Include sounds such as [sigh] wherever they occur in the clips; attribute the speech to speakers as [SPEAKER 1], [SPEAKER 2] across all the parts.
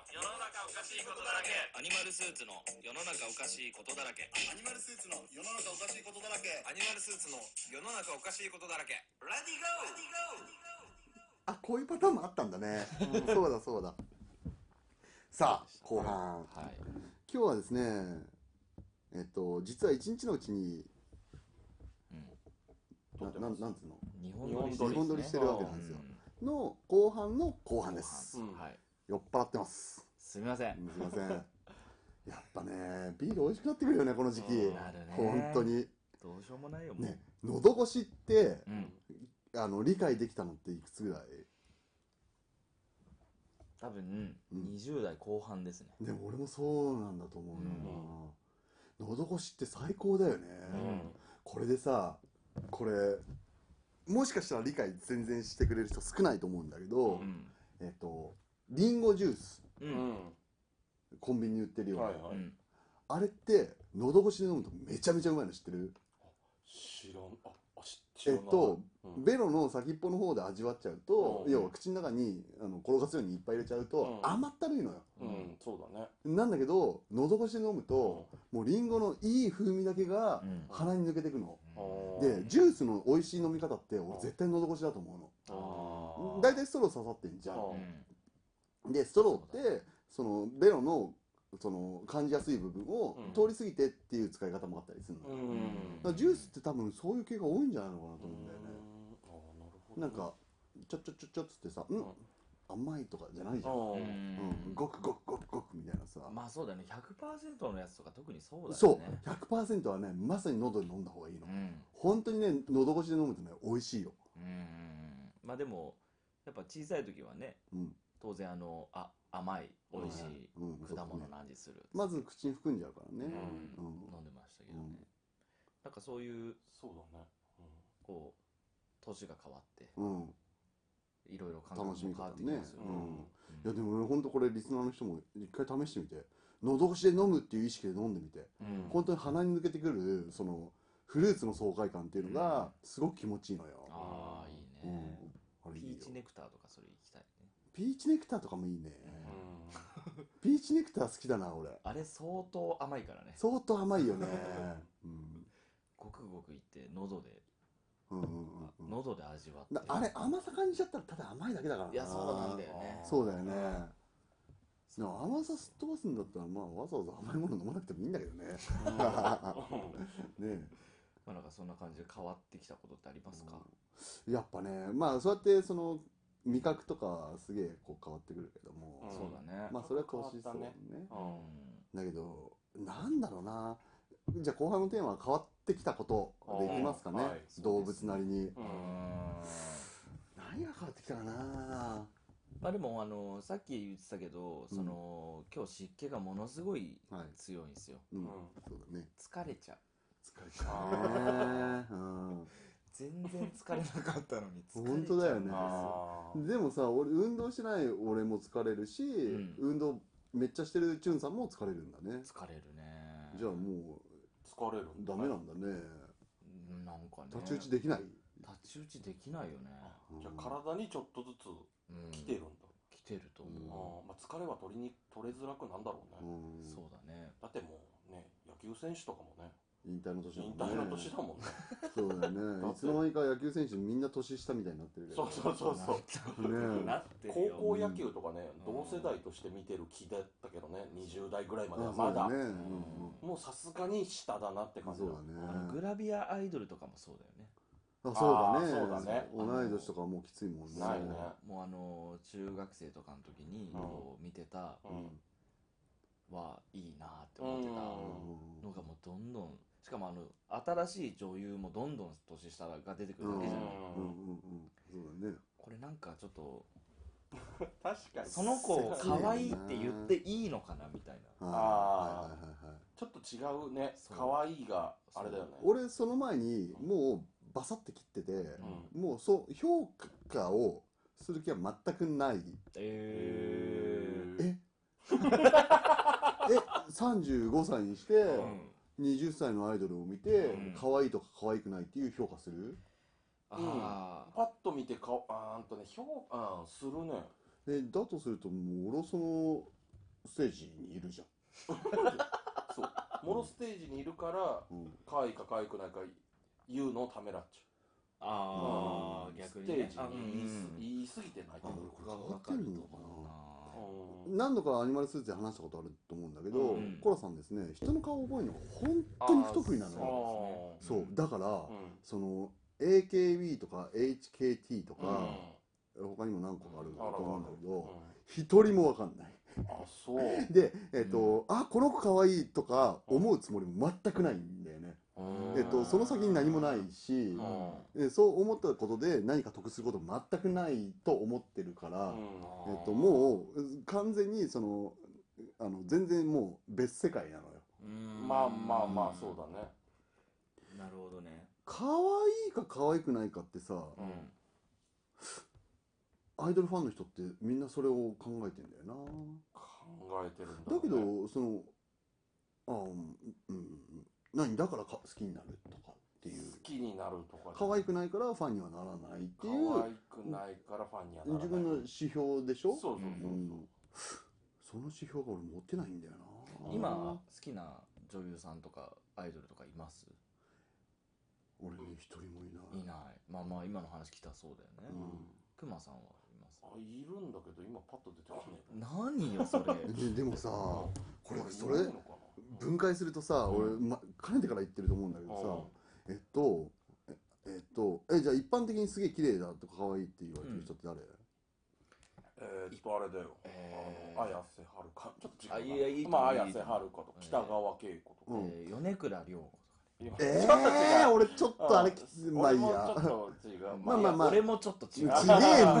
[SPEAKER 1] おかしいことだらけ
[SPEAKER 2] アニマルスーツの世の中おかしいことだらけ
[SPEAKER 1] アニマルスーツの世の中おかしいことだらけ
[SPEAKER 2] アニマルスーツの世の中おかしいことだらけラディゴー
[SPEAKER 3] あこういうパターンもあったんだね、うんそうだそうださあ後半、
[SPEAKER 4] はい。
[SPEAKER 3] 今日はですねえっと実は一日のうちに、ななんなんつうの
[SPEAKER 4] 日
[SPEAKER 5] 日本
[SPEAKER 3] 日本撮りしてるわけなんですよ、の後半の後半です、
[SPEAKER 5] うん
[SPEAKER 4] はい。
[SPEAKER 3] 酔っ払ってます
[SPEAKER 4] すみませ。
[SPEAKER 3] うんんすいません [laughs] やっぱねビール美味しくなってくるよねこの時期
[SPEAKER 4] うんなるね
[SPEAKER 3] 本当に
[SPEAKER 4] どうしようもないよ、もう。
[SPEAKER 3] ね喉越しって、
[SPEAKER 4] うん。
[SPEAKER 3] あの理解できたのっていくつぐらい
[SPEAKER 4] 多分、
[SPEAKER 3] うん
[SPEAKER 4] 20代後半ですね。
[SPEAKER 3] でも俺もそうなんだと思うな、喉越しって最高だよね、これでさこれもしかしたら理解全然してくれる人少ないと思うんだけど、
[SPEAKER 4] うん。
[SPEAKER 3] えっとリンゴジュース
[SPEAKER 4] う。
[SPEAKER 5] うんん
[SPEAKER 3] コンビニに売ってるような、
[SPEAKER 5] はいは
[SPEAKER 4] う
[SPEAKER 5] い
[SPEAKER 4] ん。
[SPEAKER 3] あれって喉越しで飲むとめちゃめちゃうまいの知ってる
[SPEAKER 5] 知らんああ知知
[SPEAKER 3] え
[SPEAKER 5] ら
[SPEAKER 3] っ
[SPEAKER 5] ない
[SPEAKER 3] と、
[SPEAKER 5] うん
[SPEAKER 3] ベロの先っぽの方で味わっちゃうと、
[SPEAKER 5] うん
[SPEAKER 3] 要は口の中にあの転がすようにいっぱい入れちゃうと、
[SPEAKER 5] うん
[SPEAKER 3] 甘ったるいのよ、
[SPEAKER 5] うんそうだね
[SPEAKER 3] なんだけど喉越しで飲むと、もうリンゴのいい風味だけが
[SPEAKER 4] うん
[SPEAKER 3] 鼻に抜けてくの、
[SPEAKER 5] あー
[SPEAKER 3] でジュースの美味しい飲み方って俺絶対喉越しだと思
[SPEAKER 5] あ
[SPEAKER 3] うの
[SPEAKER 5] ー
[SPEAKER 3] 大体ストロー刺さってんじゃ
[SPEAKER 5] うん
[SPEAKER 4] うん。
[SPEAKER 3] でストローってそのベロのその感じやすい部分を
[SPEAKER 5] うん
[SPEAKER 3] 通り過ぎてっていう使い方もあったりするの、だ
[SPEAKER 5] う
[SPEAKER 3] か
[SPEAKER 5] ん
[SPEAKER 3] らジュースって多分そういう系が多いんじゃないのかなと
[SPEAKER 5] う
[SPEAKER 3] 思うん
[SPEAKER 5] ん
[SPEAKER 3] だよね
[SPEAKER 5] あーなるほど
[SPEAKER 3] なんかちょちょちょちょっつってさ「うん、
[SPEAKER 5] うん
[SPEAKER 3] 甘い」とかじゃないじゃん、
[SPEAKER 5] う
[SPEAKER 4] うん
[SPEAKER 3] うん、
[SPEAKER 4] ん。
[SPEAKER 3] ごくごくごくごくみたいなさ、
[SPEAKER 4] まあそうだよね。100%のやつとか特にそうだよね。
[SPEAKER 3] そう100%はねまさに喉で飲んだ方がいいの、
[SPEAKER 4] うん。
[SPEAKER 3] 本当にね喉越しで飲むとね美味しいよ、
[SPEAKER 4] うんうんうん。まあでも、やっぱ小さい時はね、
[SPEAKER 3] うん、
[SPEAKER 4] 当然あの、あ、甘い、美味しい
[SPEAKER 3] うんうん
[SPEAKER 4] 果物の味する。
[SPEAKER 3] まず口に含んじゃうからね、
[SPEAKER 4] うん
[SPEAKER 3] うん
[SPEAKER 4] 飲んでましたけど
[SPEAKER 3] う
[SPEAKER 4] ね
[SPEAKER 3] ん。
[SPEAKER 4] なんかそういう、
[SPEAKER 5] そうだね
[SPEAKER 4] こう、年が変わって、
[SPEAKER 3] うん、
[SPEAKER 4] いろいろ感
[SPEAKER 3] 楽し
[SPEAKER 4] 覚
[SPEAKER 3] み
[SPEAKER 4] も変わ
[SPEAKER 3] 方
[SPEAKER 4] ってき
[SPEAKER 3] ね
[SPEAKER 4] ます、よ
[SPEAKER 3] う
[SPEAKER 4] ね。
[SPEAKER 3] ん、いやでもね本当これリスナーの人も一回試してみて喉越しで飲むっていう意識で飲んでみて、
[SPEAKER 4] うん
[SPEAKER 3] 本当に鼻に抜けてくるそのフルーツの爽快感っていうのがすごく気持ちいいのよ、
[SPEAKER 4] ああ、いい
[SPEAKER 3] うん
[SPEAKER 4] ね。
[SPEAKER 3] あれいい
[SPEAKER 4] ピ
[SPEAKER 3] よ
[SPEAKER 4] ーチネクターとかそれ行きたいね。
[SPEAKER 3] ピーチネクターとかもいいね、
[SPEAKER 5] うん
[SPEAKER 3] ピーチネクター好きだな俺
[SPEAKER 4] あれ相当甘いからね。
[SPEAKER 3] 相当甘いよ [laughs] ねうん
[SPEAKER 4] ごくごくいって、喉で、
[SPEAKER 3] うんうんうんうん
[SPEAKER 4] 喉で味わって
[SPEAKER 3] だ。あれ甘さ感じちゃったらただ甘いだけだからない
[SPEAKER 4] や、そうなんだよね。
[SPEAKER 3] そうだよねでも甘さすっ飛ばすんだったらまあわざわざ甘いもの飲まなくてもいいんだ [laughs] けどねね
[SPEAKER 4] まあなんかそんな感じで変わってきたことってありますか
[SPEAKER 3] えやっぱねまあそうやってその味覚とかすげえこう変わってくるけど
[SPEAKER 5] う
[SPEAKER 3] も
[SPEAKER 5] ん、
[SPEAKER 4] そうだね。
[SPEAKER 3] まあそれはこうしそう
[SPEAKER 5] 変わ
[SPEAKER 3] ね
[SPEAKER 5] った
[SPEAKER 4] うん。
[SPEAKER 3] だけどなんだろうなじゃあ後半のテーマは変わってきたことでいきますかね、
[SPEAKER 5] うんはい
[SPEAKER 3] 動物なりに、
[SPEAKER 5] う
[SPEAKER 4] うんん
[SPEAKER 3] 何が変わってきたかな
[SPEAKER 4] まあでも、あの、さっき言ってたけど、その、今日湿気がものすごい
[SPEAKER 3] はい
[SPEAKER 4] 強いんですよ。
[SPEAKER 3] うん、
[SPEAKER 5] うん
[SPEAKER 3] そうだね
[SPEAKER 4] 疲れちゃう。
[SPEAKER 3] 疲れ [laughs] たねうん
[SPEAKER 4] 全然疲れなかったのに疲れちゃう。
[SPEAKER 3] [laughs] 本当だよね
[SPEAKER 5] あー
[SPEAKER 3] でもさ俺運動してない俺も疲れるし、
[SPEAKER 4] ん
[SPEAKER 3] 運動めっちゃしてるチュンさんも疲れるんだね
[SPEAKER 4] 疲れるね。
[SPEAKER 3] じゃあも
[SPEAKER 5] 疲れる
[SPEAKER 3] うダメなんだね
[SPEAKER 4] うんなんかね。
[SPEAKER 3] 太刀打ちできない、
[SPEAKER 4] 太刀打ちできないよね。
[SPEAKER 5] じゃあ体にちょっとずつ
[SPEAKER 4] うん
[SPEAKER 5] 来てるんだ
[SPEAKER 4] 来てると
[SPEAKER 5] あ
[SPEAKER 4] 思う。
[SPEAKER 5] ーまあ疲れは取りに取れづらくなんだろう
[SPEAKER 3] う
[SPEAKER 5] ね
[SPEAKER 3] ん、
[SPEAKER 4] そうだね。
[SPEAKER 5] だってもうね野球選手とかもね
[SPEAKER 3] 引退の年だも
[SPEAKER 5] 引
[SPEAKER 3] んね
[SPEAKER 5] 退の年だもんね
[SPEAKER 3] そうだよ
[SPEAKER 5] だ
[SPEAKER 3] ね
[SPEAKER 5] っ
[SPEAKER 3] い
[SPEAKER 5] て
[SPEAKER 3] つの間にか野球選手みんな年下みたいになってるけど
[SPEAKER 5] そうそうそうそう
[SPEAKER 3] ね
[SPEAKER 4] なってる
[SPEAKER 5] 高
[SPEAKER 4] よ。
[SPEAKER 5] 校野球とかね、同世代として見てる気だったけどね20代ぐらいまでは
[SPEAKER 3] あ
[SPEAKER 5] ま
[SPEAKER 3] そう
[SPEAKER 5] だ
[SPEAKER 3] だね、うん
[SPEAKER 5] もうさすがに下だなって
[SPEAKER 3] う
[SPEAKER 5] 感
[SPEAKER 3] ん、
[SPEAKER 5] じだ
[SPEAKER 3] そうだね
[SPEAKER 4] あのグラビアアイドルとかもそうだよね。
[SPEAKER 3] あそうだね
[SPEAKER 5] あーそうだね
[SPEAKER 3] 同い年とかはもうきついもんね
[SPEAKER 5] ないね
[SPEAKER 4] もうあの中学生とかの時に
[SPEAKER 5] うん
[SPEAKER 4] こう見てた
[SPEAKER 5] うん
[SPEAKER 4] はいいなって思ってた
[SPEAKER 5] うん
[SPEAKER 4] のがもうどんどんしかもあの新しい女優もどんどん年下が出てくるだけじゃない、
[SPEAKER 5] うん
[SPEAKER 3] うんうんうんそうだね
[SPEAKER 4] これなんかちょっと
[SPEAKER 5] 確かに
[SPEAKER 4] その子を可愛いって言っていいのかなみたいな
[SPEAKER 3] あ
[SPEAKER 5] あー
[SPEAKER 3] ーはいはいはいはい
[SPEAKER 5] ちょっと違うね
[SPEAKER 4] そう
[SPEAKER 5] 可愛いがあれだよね
[SPEAKER 3] 俺その前にもうバサって切ってて、
[SPEAKER 5] ん
[SPEAKER 3] もうそう評価をする気は全くない
[SPEAKER 4] え
[SPEAKER 3] ええ35歳にして、
[SPEAKER 4] ん
[SPEAKER 3] 20歳のアイドルを見て、
[SPEAKER 4] うん
[SPEAKER 3] 可愛いとか可愛くないっていう評価する
[SPEAKER 4] あ
[SPEAKER 5] パッと見
[SPEAKER 3] [laughs]
[SPEAKER 5] て顔あーんとね評価うんするね
[SPEAKER 3] えだとするともう俺はそのステージにいるじ
[SPEAKER 5] そうモロステージにいるから
[SPEAKER 3] ゃん、うん、
[SPEAKER 5] 可愛いか可愛くないか言うのをためらっち
[SPEAKER 3] う
[SPEAKER 4] ああ
[SPEAKER 5] ゃう
[SPEAKER 4] 逆
[SPEAKER 5] ス
[SPEAKER 4] に
[SPEAKER 5] テ
[SPEAKER 4] ね
[SPEAKER 5] ージに言いす言い過ぎてないけ
[SPEAKER 3] あ
[SPEAKER 5] ど
[SPEAKER 3] 俺これ変わ
[SPEAKER 4] わ
[SPEAKER 3] って
[SPEAKER 4] か
[SPEAKER 3] る
[SPEAKER 4] る
[SPEAKER 3] の
[SPEAKER 4] と
[SPEAKER 3] か
[SPEAKER 4] 思う
[SPEAKER 3] な
[SPEAKER 4] な
[SPEAKER 5] うん
[SPEAKER 3] 何度かアニマルスーツで話したことあると思うんだけど、
[SPEAKER 4] うん
[SPEAKER 3] コラさんですね人の顔を覚えるのが本当に不得意なのよ
[SPEAKER 5] あ
[SPEAKER 3] そう
[SPEAKER 4] うん
[SPEAKER 3] だから、
[SPEAKER 5] ーうん
[SPEAKER 3] その AKB とか HKT と
[SPEAKER 5] うん
[SPEAKER 3] か、他にも何個かあるんだ
[SPEAKER 5] あら
[SPEAKER 3] と思うんだけ
[SPEAKER 5] う
[SPEAKER 3] ど
[SPEAKER 5] ん
[SPEAKER 3] 一、人も分かんない
[SPEAKER 5] あそうう
[SPEAKER 3] でえっ、と、あこの子かわいいとか思うつもりも全くないんだよね、
[SPEAKER 5] うん
[SPEAKER 3] えっとその先に何もないし、
[SPEAKER 5] ん
[SPEAKER 3] えそう思ったことで何か得することも全くないと思ってるから、
[SPEAKER 5] うん
[SPEAKER 3] えっと、もうう完全にそのあの全然もう別世界なのよ
[SPEAKER 5] まあまあまあそうだね
[SPEAKER 4] だなるほどね
[SPEAKER 3] 可愛いか可愛くないかってさ
[SPEAKER 5] うん
[SPEAKER 3] アイドルファンの人ってみんなそれを考えてんだよな
[SPEAKER 5] 考えてるんだ
[SPEAKER 3] だけ
[SPEAKER 5] ろうね
[SPEAKER 3] どそのあうんうん何だからか好きになるとかっていう
[SPEAKER 5] 好きになるとか
[SPEAKER 3] 可愛く
[SPEAKER 5] ない
[SPEAKER 3] ないからファンにはならないってい
[SPEAKER 5] 可愛
[SPEAKER 3] う
[SPEAKER 5] くないからファンにはならな
[SPEAKER 3] 自
[SPEAKER 5] い
[SPEAKER 3] 分の指標でしょ
[SPEAKER 5] そうそうそう
[SPEAKER 3] う
[SPEAKER 5] そうん
[SPEAKER 3] その指標が俺持ってないんだよな
[SPEAKER 4] 今好きな女優さんとかアイドルとかいます
[SPEAKER 3] 俺ね一人もいない
[SPEAKER 4] いないまあまあ今の話来たらそうだ
[SPEAKER 3] う
[SPEAKER 4] よね
[SPEAKER 3] ん
[SPEAKER 4] くまさんはいます
[SPEAKER 5] あいるんだけど今パッと出てこない
[SPEAKER 4] 何よそれ
[SPEAKER 3] ででもさ
[SPEAKER 5] あ
[SPEAKER 3] これそれ分解するとさ、
[SPEAKER 5] うん
[SPEAKER 3] 俺、ま、かねてから言ってると思うんだけどさ、えっとええっとえじゃあ一般的にすげえ綺麗だとか可愛いって言われてる人って誰、
[SPEAKER 5] えー、っとあれだよ、
[SPEAKER 4] えー
[SPEAKER 5] [laughs] あの綾瀬はるかちょっと違うな
[SPEAKER 4] あいやいいと
[SPEAKER 5] まあ
[SPEAKER 4] いいと
[SPEAKER 5] 綾瀬はるかと
[SPEAKER 4] えー
[SPEAKER 5] 北川景子とか、
[SPEAKER 3] うん
[SPEAKER 4] えー米倉涼子
[SPEAKER 5] いや
[SPEAKER 3] え
[SPEAKER 5] ちょっと
[SPEAKER 3] え
[SPEAKER 5] 違う
[SPEAKER 3] 俺ちょっとあれきつ
[SPEAKER 5] 俺も
[SPEAKER 3] まあいいや
[SPEAKER 5] ちょっと違う
[SPEAKER 4] とか
[SPEAKER 3] [laughs] まあまあまあ
[SPEAKER 4] 俺もちょっと
[SPEAKER 3] ち
[SPEAKER 4] 違
[SPEAKER 3] げ
[SPEAKER 4] う
[SPEAKER 3] えん
[SPEAKER 5] 違う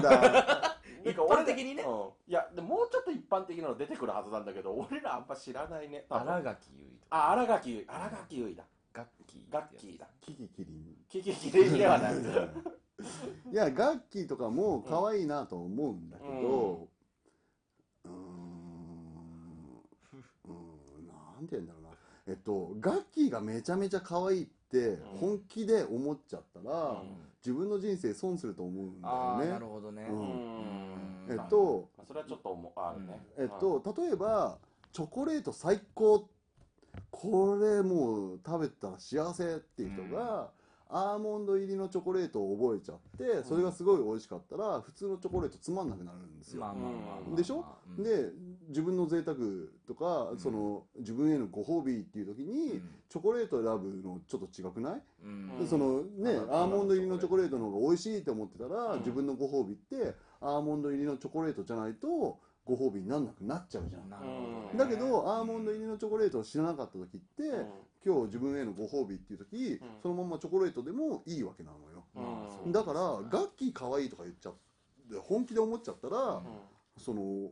[SPEAKER 5] [laughs]
[SPEAKER 3] だ
[SPEAKER 5] なんか俺
[SPEAKER 4] 一般的にね
[SPEAKER 5] うんいやでももうちょっと一般的なの出てくるはずなんだけど俺らあんま知らないね多分
[SPEAKER 4] 新垣結衣とか
[SPEAKER 5] あ荒垣結衣荒垣結衣だ
[SPEAKER 4] ガッキーってや
[SPEAKER 5] ガ
[SPEAKER 4] つ
[SPEAKER 5] ッキーだ
[SPEAKER 3] キキキリン
[SPEAKER 5] キキキリンではない
[SPEAKER 3] いやガッキーとかも可愛いなと思うんだけどうーんうーんなんて言うんだろうなえっとガッキーがめちゃめちゃ可愛いって
[SPEAKER 5] ん
[SPEAKER 3] 本気で思っちゃったら、
[SPEAKER 5] うん
[SPEAKER 3] 自分の人生損すると思うんだ
[SPEAKER 4] ああ
[SPEAKER 3] よ
[SPEAKER 4] な
[SPEAKER 3] ね
[SPEAKER 4] る。ほどね
[SPEAKER 3] う
[SPEAKER 5] うんん
[SPEAKER 3] えっと
[SPEAKER 5] まあそれはちょっと思うあるね、
[SPEAKER 3] えっと、例えばチョコレート最高これもう食べたら幸せっていう人が、アーモンド入りのチョコレートを覚えちゃってそれがすごい美味しかったら普通のチョコレートつまんなくなるんですよ。
[SPEAKER 4] まあまあまあまあまあ
[SPEAKER 3] でしょ
[SPEAKER 4] うん
[SPEAKER 3] で自分の贅沢とか、
[SPEAKER 4] うん
[SPEAKER 3] その自分へのご褒美っていう時に、チョコレート選ぶのちょっと違くない、
[SPEAKER 4] うん
[SPEAKER 5] うん
[SPEAKER 3] そのね
[SPEAKER 5] うん
[SPEAKER 3] アーモンド入りのチョコレートの方が美味しいと思ってたら、
[SPEAKER 5] うん
[SPEAKER 3] 自分のご褒美ってアーモンド入りのチョコレートじゃないとご褒美になんなくなっちゃうじゃん。
[SPEAKER 4] なるほど
[SPEAKER 3] だけど、アーモンド入りのチョコレートを知らなかった時って、
[SPEAKER 5] うん
[SPEAKER 3] 今日自分へのご褒美っていう時、
[SPEAKER 5] うん
[SPEAKER 3] そのままチョコレートでもいいわけなのよ、
[SPEAKER 4] まあそう
[SPEAKER 3] だから
[SPEAKER 4] そう
[SPEAKER 3] ガッキー可愛いとか言っちゃって本気で思っちゃったら、
[SPEAKER 4] ん
[SPEAKER 3] その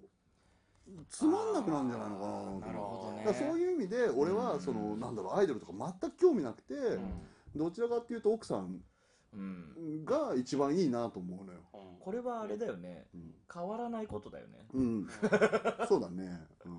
[SPEAKER 3] つまんなくなるんじゃないのかなと思って
[SPEAKER 4] なるほどね
[SPEAKER 3] だからそういう意味で俺はその、
[SPEAKER 4] うん
[SPEAKER 3] なんだろうアイドルとか全く興味なくて、
[SPEAKER 5] うん
[SPEAKER 3] どちらかっていうと奥さん
[SPEAKER 4] うん
[SPEAKER 3] が一番いいなと思うのよ
[SPEAKER 5] うん
[SPEAKER 4] これはあれだよね
[SPEAKER 3] うん、
[SPEAKER 4] 変わらないことだよね
[SPEAKER 3] うん、そうだね、
[SPEAKER 4] でも
[SPEAKER 5] でも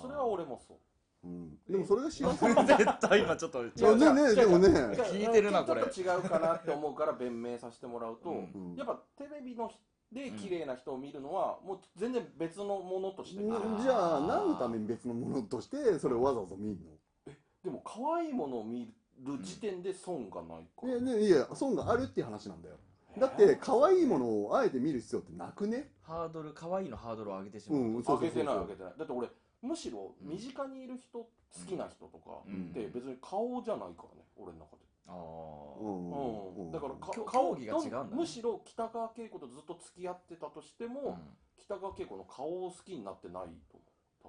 [SPEAKER 5] それは
[SPEAKER 3] [laughs]
[SPEAKER 5] 俺もそう
[SPEAKER 3] うんうん、でもそれが幸せ
[SPEAKER 4] 絶対今ちょっと [laughs] 違う
[SPEAKER 3] いやねねでもね
[SPEAKER 4] 聞いてるなこれ
[SPEAKER 5] ちょっと違うかなって思うから弁明させてもらうと、
[SPEAKER 4] うん
[SPEAKER 3] うん
[SPEAKER 5] やっぱテレビのひで綺麗な人を見るのは、もう全然別のものとして見る
[SPEAKER 4] うん
[SPEAKER 3] じゃあ何のために別のものとしてそれをわざわざ見る
[SPEAKER 5] でも可愛いものを見る時点で損がないから、
[SPEAKER 3] のねねいや損があるっていう話なんだよ
[SPEAKER 5] えー
[SPEAKER 3] だって可愛いものをあえて見る必要ってなくね
[SPEAKER 4] ハードル可愛いのハードルを上げてしま
[SPEAKER 3] う
[SPEAKER 4] うんと
[SPEAKER 3] そうそう
[SPEAKER 5] 上げ
[SPEAKER 3] そ
[SPEAKER 5] て
[SPEAKER 3] う
[SPEAKER 5] ない上
[SPEAKER 3] そ
[SPEAKER 5] げてないだって俺むしろ身近にいる人、好きな人とか
[SPEAKER 4] うん
[SPEAKER 5] って別に顔じゃないからね俺の中で、
[SPEAKER 4] あー
[SPEAKER 3] ううん
[SPEAKER 5] うんだからか
[SPEAKER 4] 競
[SPEAKER 5] 顔
[SPEAKER 4] 競技が違うんだね
[SPEAKER 5] むしろ北川景子とずっと付き合ってたとしても、
[SPEAKER 4] うん
[SPEAKER 5] 北川景子の顔を好きになってないと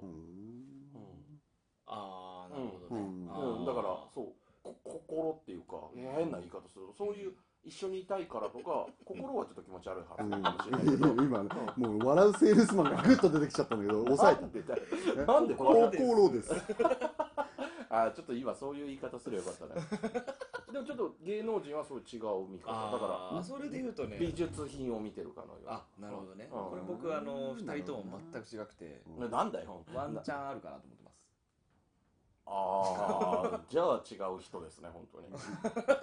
[SPEAKER 3] う
[SPEAKER 5] 思う、
[SPEAKER 3] ん
[SPEAKER 5] うん
[SPEAKER 4] あーなるほどね
[SPEAKER 3] うん
[SPEAKER 4] あ
[SPEAKER 5] うん
[SPEAKER 4] ー
[SPEAKER 5] だからそうこ心っていうか変な言い方するとそういう一緒にいたいからとか心はちょっと気持ち悪い話かもしれないけど、
[SPEAKER 3] うん今ねもう笑うセールスマンがグッと出てきちゃったんだけど抑え
[SPEAKER 5] な
[SPEAKER 3] た
[SPEAKER 5] んでだよ
[SPEAKER 3] え
[SPEAKER 5] なんでこれ
[SPEAKER 3] 心です
[SPEAKER 5] あーちょっと今そういう言い方すればよかったね
[SPEAKER 4] [laughs]
[SPEAKER 5] でもちょっと芸能人はそういう違う見方だか
[SPEAKER 4] あーそれで言うとね
[SPEAKER 5] ら美術品を見てるかのよう
[SPEAKER 4] あなるほどね
[SPEAKER 5] うん
[SPEAKER 4] これ僕あの
[SPEAKER 3] なる
[SPEAKER 4] 2人
[SPEAKER 3] ほど
[SPEAKER 4] と
[SPEAKER 3] な
[SPEAKER 4] も全く違くて
[SPEAKER 3] うん
[SPEAKER 5] ななんだよ
[SPEAKER 4] ワンチャンあるかなと思ってます
[SPEAKER 5] ああじゃ
[SPEAKER 4] [laughs]
[SPEAKER 5] あ違う人ですね本当に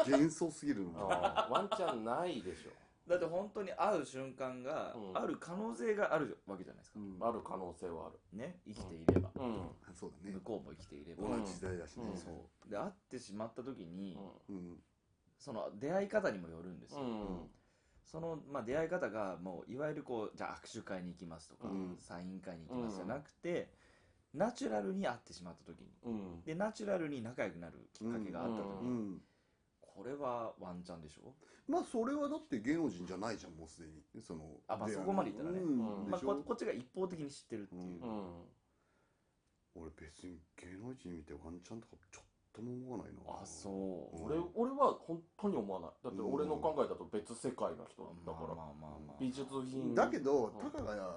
[SPEAKER 3] 幻想すぎるな
[SPEAKER 5] あーワンチャンないでしょ
[SPEAKER 4] だって本当に会う瞬間が
[SPEAKER 5] うん
[SPEAKER 4] ある可能性があるわけじゃないですか
[SPEAKER 3] うん
[SPEAKER 5] ある可能性はある。
[SPEAKER 4] ね生きていれば
[SPEAKER 5] うん。
[SPEAKER 3] そうだね
[SPEAKER 4] 向こうも生きていれば
[SPEAKER 3] 同じ時代だしね
[SPEAKER 5] うん
[SPEAKER 4] そうで会ってしまった時に
[SPEAKER 3] うん
[SPEAKER 4] その出会い方にもよるんですよ
[SPEAKER 5] うん。
[SPEAKER 4] そのまあ出会い方がもういわゆるこうじゃあ握手会に行きますとか
[SPEAKER 3] うん
[SPEAKER 4] サイン会に行きますじゃなくてナチュラルに会ってしまった時に
[SPEAKER 5] うん。
[SPEAKER 4] でナチュラルに仲良くなるきっかけがあった時
[SPEAKER 3] う
[SPEAKER 4] に
[SPEAKER 3] ん
[SPEAKER 4] これはワンチャンでしょ
[SPEAKER 3] まあそれはだって芸能人じゃないじゃんもうすでにその
[SPEAKER 4] あまあ
[SPEAKER 3] 出会い
[SPEAKER 4] そこまでいったらね
[SPEAKER 3] うん
[SPEAKER 5] うん
[SPEAKER 4] ま
[SPEAKER 3] で
[SPEAKER 4] あ
[SPEAKER 3] し
[SPEAKER 4] こ
[SPEAKER 3] ょ
[SPEAKER 4] こっちが一方的に知ってるっていう
[SPEAKER 5] う。
[SPEAKER 3] うん俺別に芸能人見てワンちゃんとかちょっとも思わないな
[SPEAKER 4] あそううん
[SPEAKER 5] 俺俺は本当に思わない。だって俺の考えだと別世界の人
[SPEAKER 4] ま
[SPEAKER 5] だ
[SPEAKER 4] あまあ
[SPEAKER 5] から。
[SPEAKER 4] まあまあ
[SPEAKER 5] 美術品。
[SPEAKER 3] だけど
[SPEAKER 5] うん
[SPEAKER 3] たかがや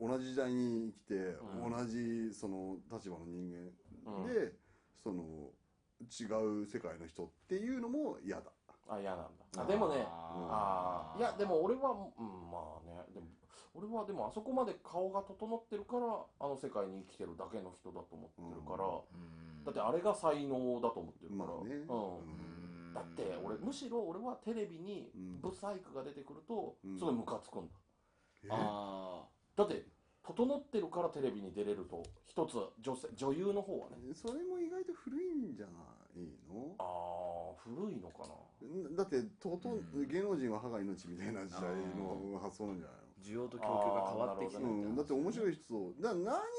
[SPEAKER 3] 同じ時代に生きて、
[SPEAKER 5] うん
[SPEAKER 3] 同じその立場の人
[SPEAKER 5] う
[SPEAKER 3] 間
[SPEAKER 5] ん
[SPEAKER 3] で、その違う世界の人っていうのも嫌だ
[SPEAKER 5] あ、嫌なんだ。あでもね、あ
[SPEAKER 4] あ
[SPEAKER 5] あ
[SPEAKER 4] ー
[SPEAKER 5] いやでも俺はうんまあねでも俺はでもあそこまで顔が整ってるからあの世界に生きてるだけの人だと思ってるから、
[SPEAKER 4] うん
[SPEAKER 5] だってあれが才能だと思ってるから、
[SPEAKER 3] まあね
[SPEAKER 5] うん
[SPEAKER 4] うん
[SPEAKER 5] だって俺むしろ俺はテレビに
[SPEAKER 3] うん
[SPEAKER 5] ブサイクが出てくると
[SPEAKER 3] うん
[SPEAKER 5] すごいムカつくんだ、
[SPEAKER 3] え
[SPEAKER 4] あ
[SPEAKER 5] だって整ってるからテレビに出れると一つ女性女優の方はね
[SPEAKER 3] それも意外と古いんじゃないの
[SPEAKER 5] ああ古いのかな
[SPEAKER 3] だってとうとう
[SPEAKER 4] うん
[SPEAKER 3] 芸能人は歯が命みたいな時代の発想なんじゃないの
[SPEAKER 4] ー需要と供給が変わってきて
[SPEAKER 5] あー
[SPEAKER 4] る
[SPEAKER 5] なるほ
[SPEAKER 3] うん、だって面白
[SPEAKER 4] い
[SPEAKER 3] い人をだから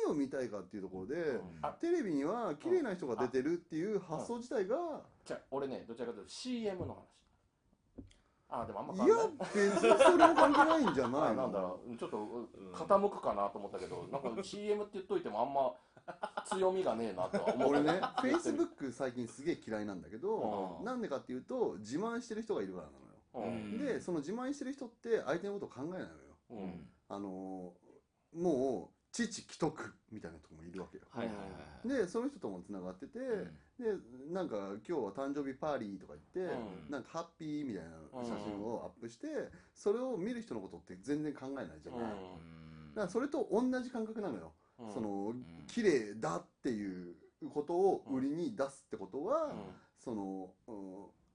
[SPEAKER 3] 何を見たいかっていうところで、
[SPEAKER 4] ん
[SPEAKER 5] あ
[SPEAKER 3] テレビには綺麗な人が出てるっていう発想自体が、
[SPEAKER 5] じゃあ俺ねどちらかというと CM の話ああでもあんま
[SPEAKER 3] い
[SPEAKER 5] 変わん
[SPEAKER 3] や
[SPEAKER 5] ない
[SPEAKER 3] 別にそれも関係ないんじゃ
[SPEAKER 5] ま
[SPEAKER 3] な
[SPEAKER 5] [laughs] あ
[SPEAKER 3] いの
[SPEAKER 5] なんだろうちょっと傾くかなと思ったけど、なんか CM って言っといてもあんま強みがねえなとは思う [laughs]
[SPEAKER 3] 俺ね、フェイスブック最近すげえ嫌いなんだけど
[SPEAKER 4] う、ん
[SPEAKER 3] なんでかっていうと、自慢してる人がいるからな
[SPEAKER 5] うん
[SPEAKER 3] のよ。で、その自慢してる人って相手のことを考えないのよ。
[SPEAKER 5] うん
[SPEAKER 4] うん
[SPEAKER 3] あのー、もう、父既得みたいな人もいるわけよ。
[SPEAKER 4] はいはいはいはい
[SPEAKER 3] で、その人とも繋がってて、で、なんか今日は誕生日パーリーとか言って、
[SPEAKER 5] うん
[SPEAKER 3] なんかハッピーみたいな写真をアップして、それを見る人のことって全然考えないじゃない。だ
[SPEAKER 4] う
[SPEAKER 5] うん
[SPEAKER 3] からそれと同じ感覚なのよ。
[SPEAKER 5] ん
[SPEAKER 3] その
[SPEAKER 4] ん
[SPEAKER 3] 綺麗だっていうことを売りに出すってことは、
[SPEAKER 5] う
[SPEAKER 3] その、う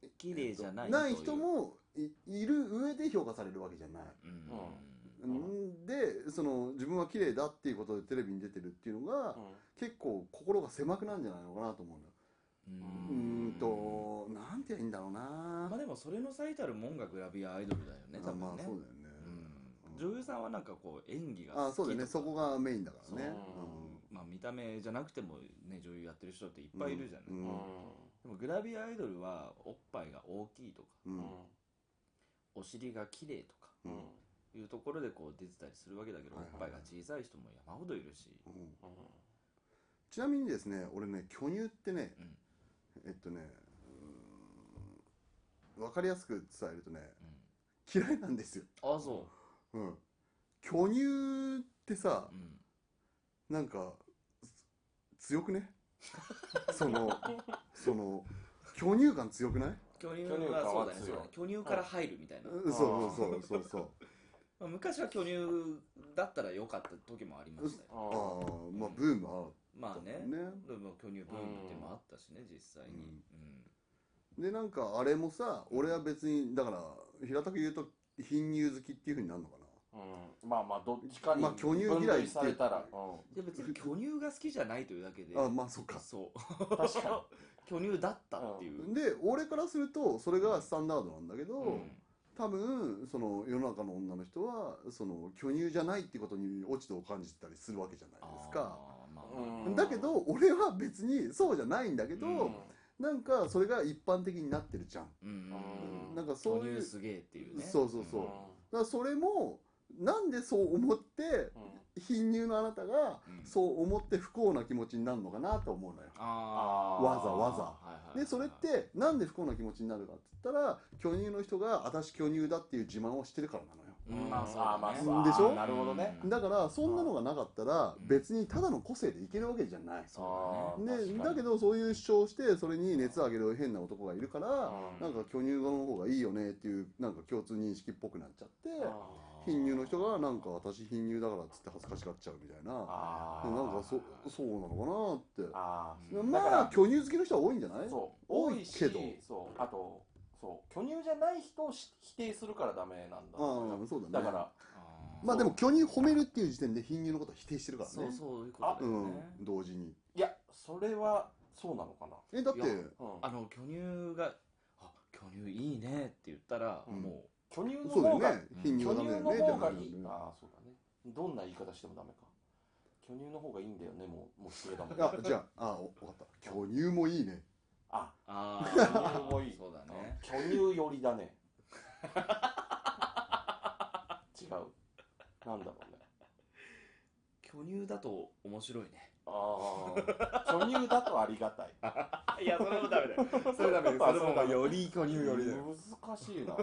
[SPEAKER 3] ん
[SPEAKER 4] 綺麗じゃない
[SPEAKER 3] ない人もいいる上で評価されるわけじゃない。
[SPEAKER 4] うん
[SPEAKER 5] うん
[SPEAKER 3] んでその自分は綺麗だっていうことでテレビに出てるっていうのが、
[SPEAKER 5] ん
[SPEAKER 3] 結構心が狭くなんじゃないのかなと思うのよ。うーんとなんて言えばいいんだろうな
[SPEAKER 4] まあでもそれの最たるもんがグラビアアイドルだよね多
[SPEAKER 3] あま
[SPEAKER 4] 分
[SPEAKER 3] あ
[SPEAKER 4] ね
[SPEAKER 3] そうだよね。
[SPEAKER 4] うん女優さんはなんかこう演技が好きとか
[SPEAKER 3] あそうだよねそこがメインだからね。
[SPEAKER 5] そう
[SPEAKER 4] まあ見た目じゃなくてもね女優やってる人っていっぱいいるじゃない、
[SPEAKER 3] うん
[SPEAKER 5] うん
[SPEAKER 4] でもグラビアアイドルはおっぱいが大きいとか
[SPEAKER 3] うん
[SPEAKER 5] うん
[SPEAKER 4] お尻が綺麗とか
[SPEAKER 3] うん
[SPEAKER 5] うん
[SPEAKER 4] いうところでこう出てたりするわけだけど、
[SPEAKER 3] はいはい
[SPEAKER 4] おっぱいが小さい人も山ほどいるし、
[SPEAKER 3] うんちなみにですね、俺ね、巨乳ってね、えっとね、うーんわかりやすく伝えるとね、
[SPEAKER 4] う
[SPEAKER 3] 嫌いなんですよ。
[SPEAKER 4] ん、ああそ
[SPEAKER 3] うん。巨乳ってさ
[SPEAKER 4] う、、うん、
[SPEAKER 3] なんか、つ強くね [laughs] その、その、巨乳感強くない
[SPEAKER 4] 巨乳はそうだね
[SPEAKER 5] 巨乳感は強い
[SPEAKER 4] そうだね巨乳から入るみたいな、
[SPEAKER 3] うんそうそうそうそうそう。
[SPEAKER 4] まあ、昔は巨乳だったら良かった時もありましたよ
[SPEAKER 5] あ
[SPEAKER 3] あ
[SPEAKER 5] ー
[SPEAKER 3] あ、まあ、ブームはあ
[SPEAKER 4] ま
[SPEAKER 3] っ
[SPEAKER 4] あ
[SPEAKER 3] た
[SPEAKER 4] ね
[SPEAKER 3] もんね。
[SPEAKER 4] でも巨乳ブームってもあったしね実際に、うん
[SPEAKER 3] で、なんか、あれもさ、俺は別に、だから、平たく言うと、貧乳好きっていう風になるのかな。
[SPEAKER 5] うんまあまあどっちかに
[SPEAKER 3] まあ巨乳嫌いって
[SPEAKER 5] 分類されたら、う、
[SPEAKER 4] いや別に巨乳が好きじゃないというだけで
[SPEAKER 3] あまあそっか
[SPEAKER 4] そうん
[SPEAKER 5] 確か
[SPEAKER 4] 巨乳だったっていう、
[SPEAKER 3] で俺からするとそれがスタンダードなんだけど、
[SPEAKER 4] うん
[SPEAKER 3] 多分その世の中の女の人はその巨乳じゃないってことに落ち度を感じてたりするわけじゃないですか
[SPEAKER 4] あーまあ
[SPEAKER 5] に、うん
[SPEAKER 3] だけど俺は別にそうじゃないんだけど、
[SPEAKER 4] うん
[SPEAKER 3] なんかそれが一般的になってるじゃん、
[SPEAKER 4] うん
[SPEAKER 5] うん
[SPEAKER 3] なんかそう
[SPEAKER 4] 巨
[SPEAKER 3] いう
[SPEAKER 4] 乳すげえっていうね
[SPEAKER 3] そうそうそう、
[SPEAKER 5] うん
[SPEAKER 3] だからそれもなんでそう思って
[SPEAKER 5] うん
[SPEAKER 3] 貧乳のあなたが
[SPEAKER 4] うん
[SPEAKER 3] そう思って不幸な気持ちになるのかなと思うのよ
[SPEAKER 4] あー
[SPEAKER 3] わざわざ
[SPEAKER 4] はいはいはいはい
[SPEAKER 3] でそれってなんで不幸な気持ちになるかって言ったら巨乳の人が私巨乳だっていう自慢をしてるからなのよ
[SPEAKER 4] うん
[SPEAKER 5] まあ
[SPEAKER 4] そう
[SPEAKER 5] あーまあ
[SPEAKER 4] だね
[SPEAKER 5] そう
[SPEAKER 3] でしょ
[SPEAKER 5] あーなるほどね、
[SPEAKER 4] うん
[SPEAKER 3] だからそんなのがなかったら
[SPEAKER 4] うん
[SPEAKER 3] 別にただの個性でいけるわけじゃない
[SPEAKER 4] そうだね
[SPEAKER 5] うん
[SPEAKER 3] で
[SPEAKER 5] 確かに
[SPEAKER 3] だけどそういう主張をしてそれに熱上げる変な男がいるから
[SPEAKER 5] うん
[SPEAKER 3] なんか巨乳の方がいいよねっていうなんか共通認識っぽくなっちゃって
[SPEAKER 5] あ
[SPEAKER 3] 貧乳の人がなんか私貧乳だからっつって恥ずかしがっちゃうみたいなな
[SPEAKER 5] あー
[SPEAKER 3] んかそそうなのかなって
[SPEAKER 5] あー
[SPEAKER 4] うん
[SPEAKER 3] ま
[SPEAKER 5] だ
[SPEAKER 3] あ
[SPEAKER 5] から
[SPEAKER 3] 巨乳好きの人は多いんじゃない
[SPEAKER 5] そう
[SPEAKER 3] 多
[SPEAKER 5] 多
[SPEAKER 3] い
[SPEAKER 5] い
[SPEAKER 3] け
[SPEAKER 5] け
[SPEAKER 3] ど
[SPEAKER 5] どそうあとそう巨乳じゃない人をし否定するからダメなんだと思うよ
[SPEAKER 3] うんそうだね
[SPEAKER 5] だから
[SPEAKER 3] まあでも巨乳褒めるっていう時点で貧乳のことは否定してるからね
[SPEAKER 4] そうそういうことだよね
[SPEAKER 3] ん、同時に
[SPEAKER 5] いやそれはそうなのかな
[SPEAKER 3] えだって
[SPEAKER 4] いや
[SPEAKER 5] うん
[SPEAKER 4] あの巨乳が「あ巨乳いいね」って言ったら、
[SPEAKER 3] うん
[SPEAKER 4] も
[SPEAKER 5] 巨乳の
[SPEAKER 3] そうだよ
[SPEAKER 5] 方が
[SPEAKER 3] ね貧乳
[SPEAKER 5] 巨
[SPEAKER 3] は
[SPEAKER 5] 乳
[SPEAKER 3] ダメだよ
[SPEAKER 5] の
[SPEAKER 3] ねって
[SPEAKER 5] 方
[SPEAKER 3] な
[SPEAKER 5] が
[SPEAKER 3] る
[SPEAKER 5] いい
[SPEAKER 3] よね
[SPEAKER 5] ああそうだねどんな言い方してもダメか巨乳の方がいいんだよねもうもう否定だもんね
[SPEAKER 3] あじゃああお分かった巨乳もいいね
[SPEAKER 5] あ
[SPEAKER 4] うああ
[SPEAKER 5] 巨乳もいい
[SPEAKER 4] そうだね
[SPEAKER 5] 巨乳寄りだ
[SPEAKER 3] [laughs]
[SPEAKER 5] ね違うなんだろうね
[SPEAKER 4] 巨乳だと面白いね
[SPEAKER 5] ああ巨乳だとありがたい
[SPEAKER 4] いやそれもダメだよ [laughs] それダメだ
[SPEAKER 5] あ
[SPEAKER 4] よそれ
[SPEAKER 5] そうだ
[SPEAKER 4] も
[SPEAKER 5] ね
[SPEAKER 4] より巨乳よりだよ、
[SPEAKER 5] 難しいな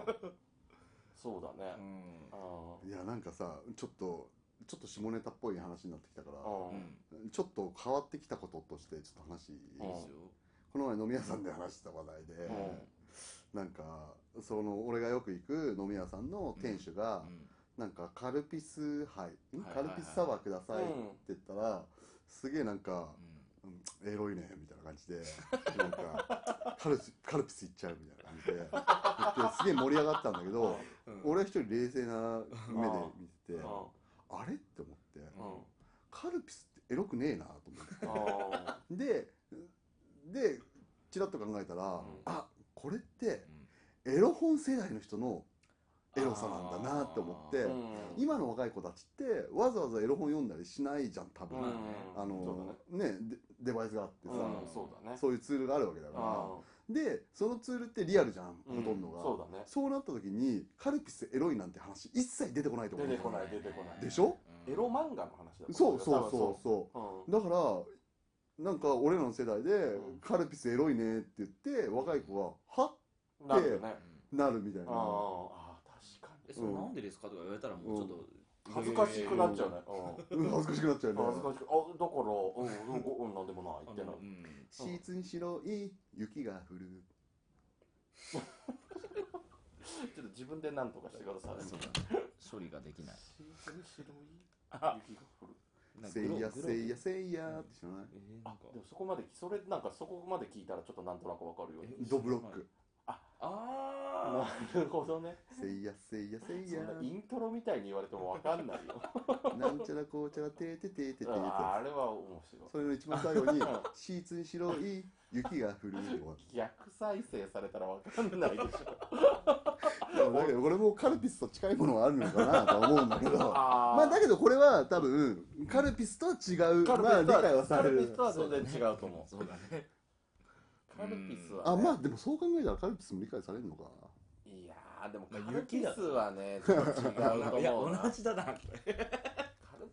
[SPEAKER 5] そうだね、
[SPEAKER 4] うん
[SPEAKER 5] あ
[SPEAKER 3] いやなんかさちょっとちょっと下ネタっぽい話になってきたから
[SPEAKER 5] あうん
[SPEAKER 4] うん、
[SPEAKER 3] ちょっと変わってきたこととしてちょっと話
[SPEAKER 4] いいですよ、
[SPEAKER 3] この前飲み屋さんで話した話題で、
[SPEAKER 5] うん
[SPEAKER 3] なんかその俺がよく行く飲み屋さんの店主が、
[SPEAKER 4] うん
[SPEAKER 3] なんかカルピス杯、ん
[SPEAKER 4] はいはい
[SPEAKER 3] カルピスサワーくださいって
[SPEAKER 5] うん
[SPEAKER 3] 言ったらすげえなんか
[SPEAKER 4] う、ん
[SPEAKER 3] うんエロいねみたいな感じでなんかカルピスカルピスいっちゃうみたいな感じで言ってすげえ盛り上がったんだけど
[SPEAKER 4] うん
[SPEAKER 3] 俺は一人冷静な目で見てて
[SPEAKER 5] うん
[SPEAKER 3] あれって思って
[SPEAKER 5] うん
[SPEAKER 3] カルピスってエロくねえなと思って。
[SPEAKER 5] ああ
[SPEAKER 3] ででちらっと考えたら、
[SPEAKER 5] ん
[SPEAKER 3] あこれってエロ本世代の人のエロさなんだなって思って、
[SPEAKER 5] うん
[SPEAKER 3] 今の若い子たちってわざわざエロ本読んだりしないじゃん多分、
[SPEAKER 5] うん
[SPEAKER 3] あのねデデバイスがあって
[SPEAKER 5] そ
[SPEAKER 3] さ、
[SPEAKER 5] うだねうんそうだね
[SPEAKER 3] そういうツールがあるわけだから、
[SPEAKER 5] あ
[SPEAKER 3] でそのツールってリアルじゃん
[SPEAKER 5] あう
[SPEAKER 3] ほとんどが、
[SPEAKER 5] そうだね
[SPEAKER 3] そうなった時にカルピスエロいなんて話一切出てこないと思う
[SPEAKER 5] 出てこない出てこない
[SPEAKER 3] でしょ、
[SPEAKER 4] うん
[SPEAKER 5] エロ漫画の話だから
[SPEAKER 3] そうそうそうそう
[SPEAKER 5] 多分そう
[SPEAKER 3] だからなんか俺らの世代で、
[SPEAKER 5] ん
[SPEAKER 3] カルピスエロいねって言って若い子はは
[SPEAKER 5] うんなるよね
[SPEAKER 4] うん
[SPEAKER 3] なるみたい
[SPEAKER 5] あー
[SPEAKER 3] な
[SPEAKER 5] あー確か
[SPEAKER 4] えそれなんでですかとか言われたらもうちょっと、
[SPEAKER 5] に恥ずかしくなっちゃうねう
[SPEAKER 3] うん恥ずかしくなっちゃうんね
[SPEAKER 5] 恥ずかしくあだからうんうんうんなんでもないってな
[SPEAKER 4] あのうん
[SPEAKER 3] シーツに白い雪が降る
[SPEAKER 5] ちょっと自分で何とかしてください。
[SPEAKER 4] そうだ処理ができない
[SPEAKER 5] シーズン白い雪が降る。
[SPEAKER 4] なんか
[SPEAKER 3] せ
[SPEAKER 4] グロ
[SPEAKER 3] いや
[SPEAKER 4] グロ
[SPEAKER 3] せいやせいやって知らない
[SPEAKER 4] えーな
[SPEAKER 5] あ
[SPEAKER 4] んか、
[SPEAKER 5] でもそこまで、それなんかそこまで聞いたらちょっとなんとなくわかるよ。
[SPEAKER 4] え
[SPEAKER 3] ドブロック
[SPEAKER 4] あ
[SPEAKER 5] なるほどね。
[SPEAKER 3] せいやせいやせい
[SPEAKER 5] そ
[SPEAKER 3] や
[SPEAKER 5] んなイントロみたいに言われてもわかんないよ。
[SPEAKER 3] なんちゃらこうちゃらてーてーてーてーてーて
[SPEAKER 5] あ
[SPEAKER 3] ー
[SPEAKER 5] あれは面白い。
[SPEAKER 3] それの一番最
[SPEAKER 5] [laughs]
[SPEAKER 3] 後に
[SPEAKER 5] うん
[SPEAKER 3] シーツに白い雪が降るで終わ
[SPEAKER 5] 逆再生されたらわかんないでしょ。
[SPEAKER 3] るでもだけど俺もカルピスと近いものはあるのかなとは思うんだけど
[SPEAKER 5] [laughs] [laughs] あ
[SPEAKER 3] まあだけどこれは多分カルピスとは違う
[SPEAKER 5] カル
[SPEAKER 3] まあ理
[SPEAKER 5] ピスとは
[SPEAKER 3] 解はさ
[SPEAKER 5] カ
[SPEAKER 3] れ
[SPEAKER 5] ルピ
[SPEAKER 3] る
[SPEAKER 5] スとは全然違うと
[SPEAKER 4] あ
[SPEAKER 5] 思
[SPEAKER 4] そうだね
[SPEAKER 5] う。カルピスは、
[SPEAKER 3] あ
[SPEAKER 5] ね。
[SPEAKER 3] まあでもそう考えたらカルピスも理解されるのか
[SPEAKER 5] いやーでもカ
[SPEAKER 4] まあ
[SPEAKER 5] ルピ
[SPEAKER 4] 雪だ
[SPEAKER 5] スはね、ちょっと違うと
[SPEAKER 4] いや
[SPEAKER 5] 思うな。
[SPEAKER 4] 同じだな
[SPEAKER 5] カル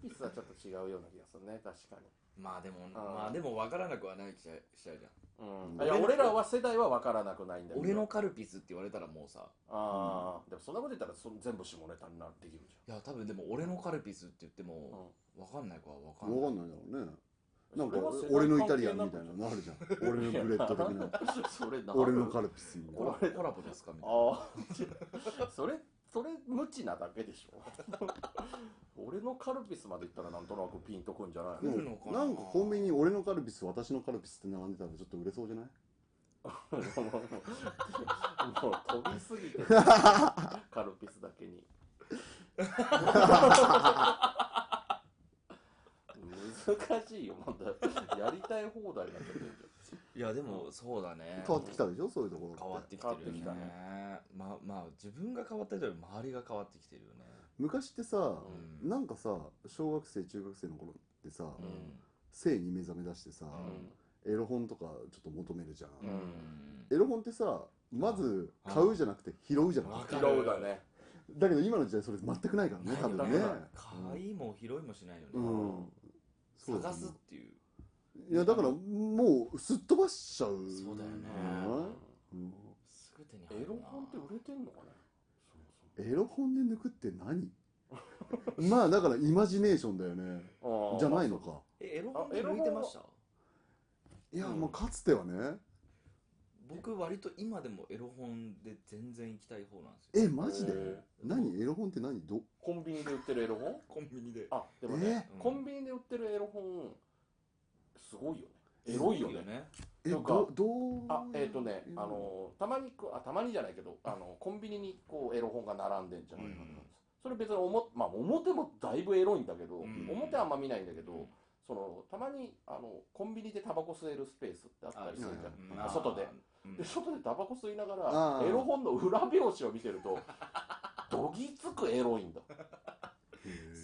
[SPEAKER 5] ピスはちょっと違うような気がするね、確かに。
[SPEAKER 4] まあでも
[SPEAKER 5] あー
[SPEAKER 4] まあでも分からなくはないしちゃうしちゃうじゃん
[SPEAKER 5] うん
[SPEAKER 3] うん
[SPEAKER 5] いや俺らは世代は分からなくないんだけど
[SPEAKER 4] 俺のカルピスって言われたらもうさ
[SPEAKER 5] ああ、でもそんなこと言ったらそ全部下ネタになってきるじ
[SPEAKER 4] いや多分でも俺のカルピスって言って
[SPEAKER 5] ゃん、
[SPEAKER 4] も分かんない子は分かんない
[SPEAKER 3] 分かんないだろうねなんか
[SPEAKER 5] それは世代
[SPEAKER 3] 俺のイタリアンみたい
[SPEAKER 5] 関
[SPEAKER 3] なのあるじゃん俺のブレッド的な
[SPEAKER 5] 係 [laughs] なくそれな
[SPEAKER 3] 俺のカルピスみたい
[SPEAKER 4] コ
[SPEAKER 3] な
[SPEAKER 4] ラコラボですかみたいな
[SPEAKER 5] ああ [laughs] それそれ無知なだけでしょ [laughs] 俺のカルピスまで言ったらなんとなくピンとくんじゃない
[SPEAKER 3] で
[SPEAKER 5] の
[SPEAKER 4] う
[SPEAKER 3] も
[SPEAKER 4] ん
[SPEAKER 3] なんかコンビニに俺のカルピス私のカルピスって並んでたらちょっと売れそうじゃない
[SPEAKER 5] もう飛びすぎ
[SPEAKER 3] [laughs]
[SPEAKER 5] てるカルピスだけに [laughs] 難しいよまだやりたい放題になっちゃってるじ
[SPEAKER 4] い
[SPEAKER 5] ゃん
[SPEAKER 4] やでもそうだね
[SPEAKER 3] 変わってきたでしょそういうところって
[SPEAKER 4] 変わってきてるよね
[SPEAKER 5] 変わって
[SPEAKER 4] まあまあ自分が変わったというより周りが変わってきてるよね
[SPEAKER 3] 昔ってさ、
[SPEAKER 4] うん
[SPEAKER 3] なんかさ小学生中学生の頃ってさ、
[SPEAKER 4] うん
[SPEAKER 3] 性に目覚め出してさ、
[SPEAKER 5] う
[SPEAKER 3] エロ本とかちょっと求めるじゃん、
[SPEAKER 5] ん
[SPEAKER 3] エロ本ってさまず買うじゃなくて拾うじゃな
[SPEAKER 4] わ
[SPEAKER 3] い
[SPEAKER 4] かる
[SPEAKER 5] ん、拾うだね
[SPEAKER 3] だけど今の時代それ全くないからね多分ね
[SPEAKER 5] ないない
[SPEAKER 4] 買いも拾いもしないよね、
[SPEAKER 3] うんそうだ
[SPEAKER 4] 探
[SPEAKER 3] よね
[SPEAKER 4] すっていう
[SPEAKER 3] いやだからもうすっ飛ばしちゃう
[SPEAKER 4] そうだよね
[SPEAKER 3] うん
[SPEAKER 4] すぐ手に入
[SPEAKER 5] エ
[SPEAKER 4] るな
[SPEAKER 5] ロ本って売れてんのかねそもそも
[SPEAKER 3] エロ本で抜くって何 [laughs] まあだからイマジネーションだよね
[SPEAKER 5] あー
[SPEAKER 3] じゃないのか
[SPEAKER 4] えエロ本って抜いてました
[SPEAKER 3] いや、
[SPEAKER 5] うん
[SPEAKER 3] まあかつてはね
[SPEAKER 4] 僕割と今でもエロ本で全然行きたい方なんですよ
[SPEAKER 3] えマジで
[SPEAKER 5] えー
[SPEAKER 3] 何エロ本って何ど
[SPEAKER 5] コンビニで売ってるエロ本
[SPEAKER 4] コンビニで
[SPEAKER 5] あでもね
[SPEAKER 4] えー
[SPEAKER 5] コンビニで売ってるエロ本すごいよねエロいよね
[SPEAKER 3] え
[SPEAKER 5] なんか
[SPEAKER 3] どどう
[SPEAKER 5] あえっ、とねあのたまにこうあたまにじゃないけどあのコンビニにこうエロ本が並んでんじゃないかな、
[SPEAKER 2] うんうん
[SPEAKER 5] それ別におも、まあ、表もだいぶエロいんだけど、
[SPEAKER 4] ん
[SPEAKER 5] 表あんま見ないんだけど、そのたまにあのコンビニでタバコ吸えるスペースってあったりするじゃん、
[SPEAKER 3] うん
[SPEAKER 5] あ外で、
[SPEAKER 4] うん
[SPEAKER 5] で外でタバコ吸いなが
[SPEAKER 3] あー
[SPEAKER 5] らエロ本の裏表紙を見てると [laughs] どぎつくエロいんだ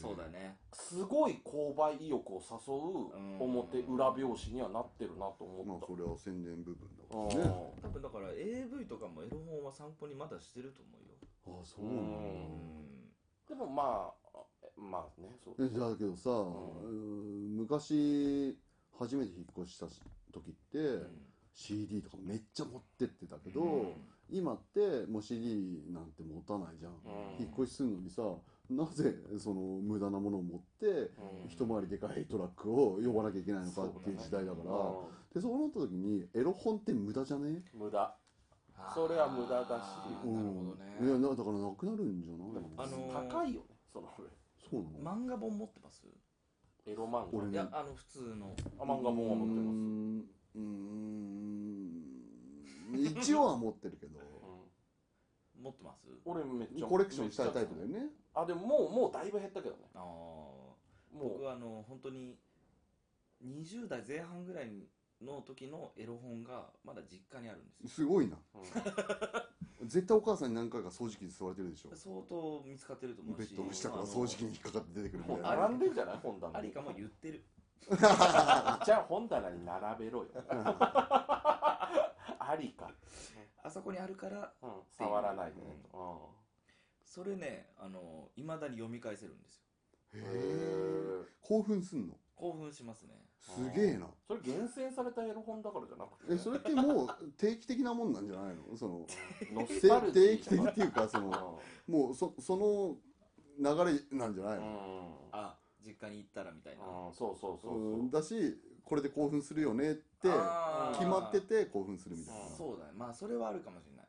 [SPEAKER 4] そうだね
[SPEAKER 5] すごい購買意欲を誘う表
[SPEAKER 4] うん
[SPEAKER 5] 裏表紙にはなってるなと
[SPEAKER 3] まあ
[SPEAKER 5] 思った
[SPEAKER 3] それは宣伝部分だ
[SPEAKER 5] う
[SPEAKER 3] もん
[SPEAKER 5] ん
[SPEAKER 3] ね
[SPEAKER 4] 多分だから AV とかもエロ本は参考にまだしてると思うよ
[SPEAKER 3] あそうなん
[SPEAKER 5] う
[SPEAKER 3] だ
[SPEAKER 4] ん
[SPEAKER 5] でもまあえまあねそう
[SPEAKER 3] えだけどさ、
[SPEAKER 5] う
[SPEAKER 3] うん昔初めて引っ越した時って、
[SPEAKER 4] う
[SPEAKER 3] CD とかめっちゃ持ってってたけど、
[SPEAKER 4] ん
[SPEAKER 3] 今ってもう CD なんて持たないじゃん、
[SPEAKER 5] うん
[SPEAKER 3] 引っ越しするのにさなぜその無駄なものを持って
[SPEAKER 5] うん
[SPEAKER 3] 一回りでかいトラックを呼ばなきゃいけないのかっていう時代だからでそうなった時にエロ本って無駄じゃね
[SPEAKER 5] うん無駄それは無駄だし
[SPEAKER 4] あ
[SPEAKER 5] う
[SPEAKER 4] ー
[SPEAKER 5] ん
[SPEAKER 4] なるほ
[SPEAKER 3] うん
[SPEAKER 4] ど
[SPEAKER 3] いやな
[SPEAKER 4] ね
[SPEAKER 3] だからなくなるんじゃない
[SPEAKER 4] あのー
[SPEAKER 5] 高いよねその
[SPEAKER 3] そうなの、
[SPEAKER 4] 漫画本持ってます
[SPEAKER 5] エロ漫
[SPEAKER 3] 俺
[SPEAKER 5] 画
[SPEAKER 3] ね
[SPEAKER 4] いやあの普通の
[SPEAKER 5] あ漫画本
[SPEAKER 3] う
[SPEAKER 5] は持ってます
[SPEAKER 3] ーんうーん一応は持ってるけど
[SPEAKER 5] うん
[SPEAKER 4] 持ってます
[SPEAKER 5] 俺めっちゃ
[SPEAKER 3] コレクションしたいタイプだよ
[SPEAKER 5] ね
[SPEAKER 3] ね
[SPEAKER 5] あでももうもうだいぶ減ったけどね
[SPEAKER 4] ああ
[SPEAKER 5] も
[SPEAKER 4] 僕
[SPEAKER 5] う
[SPEAKER 4] はあの本当に20代前半ぐらいの時のエロ本がまだ実家にあるんです
[SPEAKER 3] す
[SPEAKER 4] よ
[SPEAKER 3] ごいな
[SPEAKER 5] うん
[SPEAKER 3] 絶対お母さんに何回か掃除機に座れてるでしょ
[SPEAKER 4] 相当見つかってると思う
[SPEAKER 3] ベ
[SPEAKER 4] し
[SPEAKER 3] ッドの下から
[SPEAKER 4] あの
[SPEAKER 3] 掃除機に引っかかって出てくるみ
[SPEAKER 5] も
[SPEAKER 3] た
[SPEAKER 5] う
[SPEAKER 3] いな
[SPEAKER 5] 並んでんじゃない本棚
[SPEAKER 4] ありかも言ってる
[SPEAKER 5] じゃあ本棚に並べろよありか、
[SPEAKER 4] あそこにあるから
[SPEAKER 5] うん、触らないでね、
[SPEAKER 4] それねあの未だに読み返せるんですよ
[SPEAKER 3] [laughs] へ
[SPEAKER 5] うん、
[SPEAKER 3] え興奮すんの
[SPEAKER 4] 興奮しますね
[SPEAKER 3] すげえな
[SPEAKER 5] それ厳選されたエロ本だからじゃなくて
[SPEAKER 3] えそれってもう定期的なもんなんじゃないのその
[SPEAKER 5] ノ
[SPEAKER 3] て
[SPEAKER 5] スタルジ
[SPEAKER 3] 定
[SPEAKER 5] ー
[SPEAKER 3] 期的
[SPEAKER 5] だ
[SPEAKER 3] っ
[SPEAKER 5] か
[SPEAKER 3] ていうかそ
[SPEAKER 5] [laughs] ら
[SPEAKER 3] のもうそその流れなんじゃない
[SPEAKER 5] うん
[SPEAKER 3] の、
[SPEAKER 4] あ実家に行ったらみたいな
[SPEAKER 5] うんそうそうそうそう、
[SPEAKER 3] うんだしこれで興奮するよねって
[SPEAKER 4] あー
[SPEAKER 3] 決まってて興奮するみたいな
[SPEAKER 5] うん
[SPEAKER 4] そうだねまあそれはあるかもしれない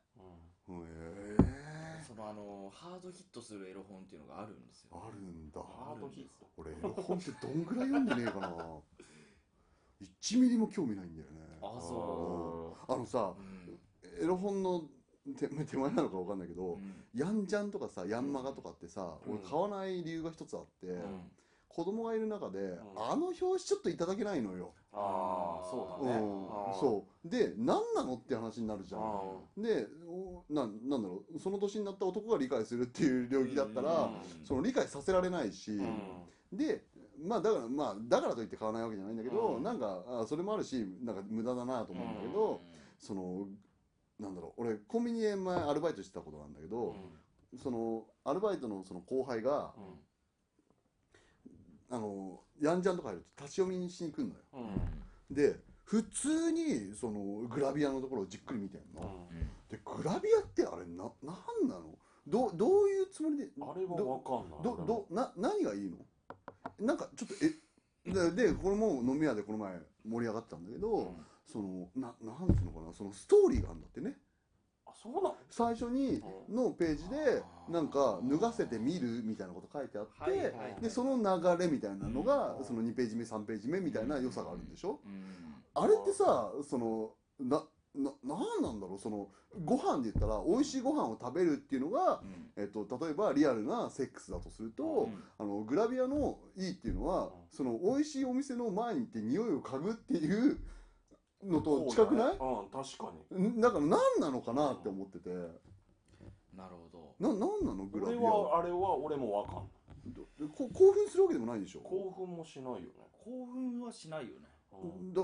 [SPEAKER 5] うん
[SPEAKER 3] へえ
[SPEAKER 4] そのあのハードヒットするエロ本っていうのがあるんですよ
[SPEAKER 3] あるんだ
[SPEAKER 5] ハードヒット
[SPEAKER 3] 俺エロ本ってどんぐらい読んでねえかな1ミリも興味ないんだよね
[SPEAKER 4] あそ
[SPEAKER 3] あのさ
[SPEAKER 4] ううん
[SPEAKER 3] エロ本の手手前なのかわかんないけど、
[SPEAKER 4] うん
[SPEAKER 3] ヤンジャンとかさヤンマガとかってさ、
[SPEAKER 5] うん
[SPEAKER 3] 俺買わない理由が一つあって、
[SPEAKER 5] う
[SPEAKER 4] うん
[SPEAKER 5] ん
[SPEAKER 3] 子供がいる中で、
[SPEAKER 5] ん
[SPEAKER 3] あの表紙ちょっといただけないのよ、
[SPEAKER 5] ああそ
[SPEAKER 3] う
[SPEAKER 5] う
[SPEAKER 3] ん
[SPEAKER 5] だね、
[SPEAKER 3] そうで何なのって話になるじゃん、
[SPEAKER 5] う
[SPEAKER 3] でおななんだろうその年になった男が理解するっていう領域だったら、
[SPEAKER 4] うん
[SPEAKER 3] その理解させられないし、
[SPEAKER 5] ん、うん
[SPEAKER 3] でまあだからまあだからといって買わないわけじゃないんだけど、
[SPEAKER 5] うん
[SPEAKER 3] なんかあそれもあるしなんか無駄だなと思うんだけど、そのなんだろう俺コンビニで前アルバイトしてたことなんだけ
[SPEAKER 5] う
[SPEAKER 3] ど、
[SPEAKER 5] ん
[SPEAKER 3] そのアルバイトのその後輩が、あのヤンジャンとか入ると立ち読みにしに行くのよ
[SPEAKER 5] うん
[SPEAKER 3] で普通にそのグラビアのところをじっくり見てん
[SPEAKER 5] う
[SPEAKER 3] の、
[SPEAKER 5] ん
[SPEAKER 3] でグラビアってあれななんなのどうどういうつもりで
[SPEAKER 5] あれはわかんない
[SPEAKER 3] どどな何がいいのなんかちょっとえででこれも飲み屋でこの前盛り上がったんだけど、
[SPEAKER 5] うん
[SPEAKER 3] そのななんていうのかなそのストーリーがあるんだってね
[SPEAKER 5] あそうなの
[SPEAKER 3] 最初にのページで
[SPEAKER 4] あー
[SPEAKER 3] なんか脱がせてみるみたいなこと書いてあって、
[SPEAKER 4] はいはいはい
[SPEAKER 3] でその流れみたいなのが、
[SPEAKER 5] うん
[SPEAKER 3] その2ページ目3ページ目みたいな良さがあるんでしょ、
[SPEAKER 4] うん
[SPEAKER 3] あれってさそのなななんなんだろうそのご飯で言ったら美味しいご飯を食べるっていうのが、
[SPEAKER 4] うん
[SPEAKER 3] えっと、例えばリアルなセックスだとすると、
[SPEAKER 5] う
[SPEAKER 3] あのグラビアのいいっていうのは、その美味しいお店の前に行って匂いを嗅ぐっていうのと近くない
[SPEAKER 5] うん確かに
[SPEAKER 3] んだから何なのかなって思ってて
[SPEAKER 4] なるほど
[SPEAKER 3] な何なのグラビ
[SPEAKER 5] 俺
[SPEAKER 3] ア
[SPEAKER 5] はあれは俺もわかんない
[SPEAKER 3] どこ興奮するわけでもないでしょ
[SPEAKER 5] 興奮もしないよね、
[SPEAKER 4] 興奮はしないよね
[SPEAKER 5] うん
[SPEAKER 3] だ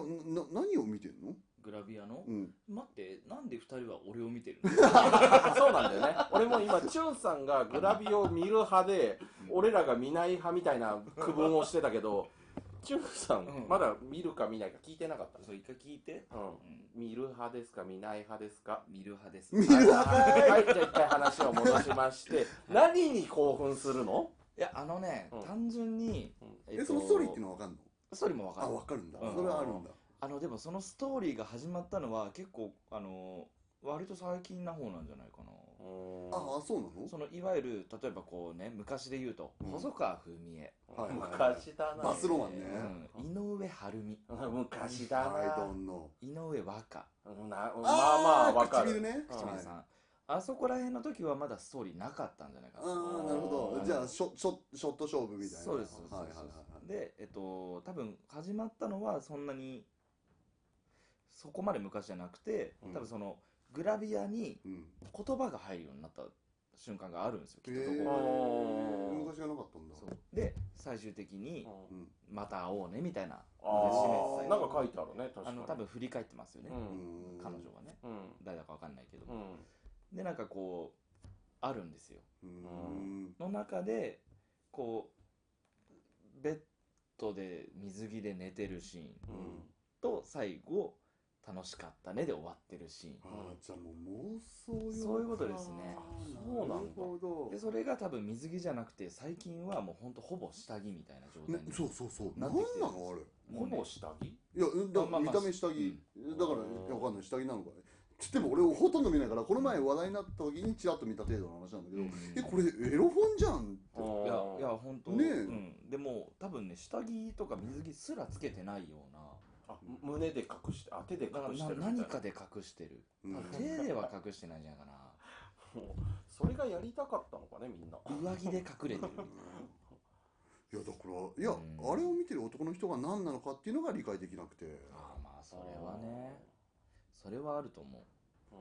[SPEAKER 3] な何を見てんの、
[SPEAKER 4] グラビアの
[SPEAKER 3] うん、
[SPEAKER 4] 待ってなんで二人は俺を見てるの
[SPEAKER 5] あそうなんだよね俺も今チュンさんがグラビを見る派で俺らが見ない派みたいな区分をしてたけどチュンさん、
[SPEAKER 4] うん
[SPEAKER 5] まだ見るか見ないか聞いてなかったね
[SPEAKER 4] そう一回聞いて
[SPEAKER 5] うん
[SPEAKER 4] うん
[SPEAKER 5] 見る派ですか見ない派ですか
[SPEAKER 4] 見る派です
[SPEAKER 3] 見る
[SPEAKER 5] はい、
[SPEAKER 3] 派
[SPEAKER 5] はい、じゃあ一回話を戻しまして何に興奮するの
[SPEAKER 4] いやあのね
[SPEAKER 5] うん
[SPEAKER 4] 単純に
[SPEAKER 5] うん
[SPEAKER 3] え
[SPEAKER 4] えっと
[SPEAKER 3] そのストーリーっていうのは分かんの
[SPEAKER 4] ストーリーもわか
[SPEAKER 3] あ
[SPEAKER 4] る
[SPEAKER 3] 分かるんだ、
[SPEAKER 4] うん
[SPEAKER 3] それはあるんだ
[SPEAKER 4] あのでもそのストーリーが始まったのは結構あの割と最近な方なんじゃないかな
[SPEAKER 5] うん
[SPEAKER 3] ああそうなの
[SPEAKER 4] そのいわゆる例えばこうね昔で言うと
[SPEAKER 3] うん
[SPEAKER 4] 細川文江、
[SPEAKER 3] はい
[SPEAKER 5] 昔だな
[SPEAKER 3] バスロマンね
[SPEAKER 4] うん井上晴美
[SPEAKER 5] うん昔だ
[SPEAKER 3] アイ
[SPEAKER 5] な
[SPEAKER 3] ドンの
[SPEAKER 4] 井上和歌
[SPEAKER 5] うんなまあまあわか
[SPEAKER 3] 唇
[SPEAKER 5] る
[SPEAKER 3] ね
[SPEAKER 5] うん
[SPEAKER 4] 唇
[SPEAKER 3] 唇
[SPEAKER 4] さ
[SPEAKER 3] さ
[SPEAKER 4] ん、
[SPEAKER 3] ん
[SPEAKER 4] あそこら辺の時はまだストーリーなかったんじゃないか
[SPEAKER 3] あ
[SPEAKER 4] な
[SPEAKER 3] あなるほ
[SPEAKER 5] う
[SPEAKER 3] ど
[SPEAKER 5] ん
[SPEAKER 3] じゃあショショショット勝負みたいな
[SPEAKER 4] そうですそうです
[SPEAKER 3] はいはい
[SPEAKER 4] そう
[SPEAKER 3] はい
[SPEAKER 4] です
[SPEAKER 3] はい
[SPEAKER 4] でえっと多分始まったのはそんなにそこまで昔じゃなくて
[SPEAKER 3] うん
[SPEAKER 4] 多分そのグラビアに
[SPEAKER 3] うん
[SPEAKER 4] 言葉が入るようになった瞬間があるんですよきっとど
[SPEAKER 5] え
[SPEAKER 4] こか、
[SPEAKER 5] ー
[SPEAKER 3] 昔がなかったんだ
[SPEAKER 4] そうで最終的に
[SPEAKER 5] うん
[SPEAKER 3] うん
[SPEAKER 4] 「また会おうね」みたいな
[SPEAKER 5] あ
[SPEAKER 4] 締
[SPEAKER 5] ー
[SPEAKER 4] めて
[SPEAKER 5] なんか書いてあるね確か
[SPEAKER 4] あ
[SPEAKER 5] に
[SPEAKER 4] の多分振り返ってますよね、
[SPEAKER 3] うん
[SPEAKER 4] 彼女がね
[SPEAKER 5] うん
[SPEAKER 4] 誰だかわかんないけど、
[SPEAKER 5] うん
[SPEAKER 4] でなんかこうあるんですよ
[SPEAKER 3] うん
[SPEAKER 4] の中でこうベッドで水着で寝てるシーン
[SPEAKER 5] うん
[SPEAKER 4] と最後楽しかったねで終わってるシ
[SPEAKER 3] あ
[SPEAKER 4] ー
[SPEAKER 3] あじゃあもう妄想用か
[SPEAKER 4] そういうことですね
[SPEAKER 5] そうなんだ
[SPEAKER 3] るほど
[SPEAKER 4] ンでそれが多分水着じゃなくて最近はもうほんとほぼ下着みたいな状態
[SPEAKER 3] ね
[SPEAKER 4] に
[SPEAKER 3] そうそうそう
[SPEAKER 4] な
[SPEAKER 3] な
[SPEAKER 4] っ
[SPEAKER 3] ん
[SPEAKER 4] て
[SPEAKER 3] な
[SPEAKER 4] きてる
[SPEAKER 3] のあれ
[SPEAKER 4] も
[SPEAKER 5] ほ
[SPEAKER 4] うね
[SPEAKER 5] ぼ下着
[SPEAKER 3] いやうんだ
[SPEAKER 4] まあまあまあ
[SPEAKER 3] 見た目下着、だから
[SPEAKER 5] うん
[SPEAKER 3] いやわかんない下着なのかねつっても俺ほとんど見ないからこの前話題になった時にチラッと見た程度の話なんだけど、えこれエロ本じゃんって
[SPEAKER 4] いやいや本当
[SPEAKER 3] ねえ
[SPEAKER 4] うんでも多分ね下着とか水着すらつけてないような
[SPEAKER 5] あ胸で隠してあ手で
[SPEAKER 4] だから
[SPEAKER 5] 隠し
[SPEAKER 4] な
[SPEAKER 5] てるみたいな
[SPEAKER 4] 何かで隠してる
[SPEAKER 3] うん
[SPEAKER 4] 手では隠してないんじゃないか
[SPEAKER 5] もうそれがやりたかったのかねみんな
[SPEAKER 4] な上着で隠れてる
[SPEAKER 3] いやだからいや、
[SPEAKER 4] うん
[SPEAKER 3] あれを見てる男の人が何なのかっていうのが理解できなくて
[SPEAKER 4] ああまあそれはねそれはあると思う
[SPEAKER 5] う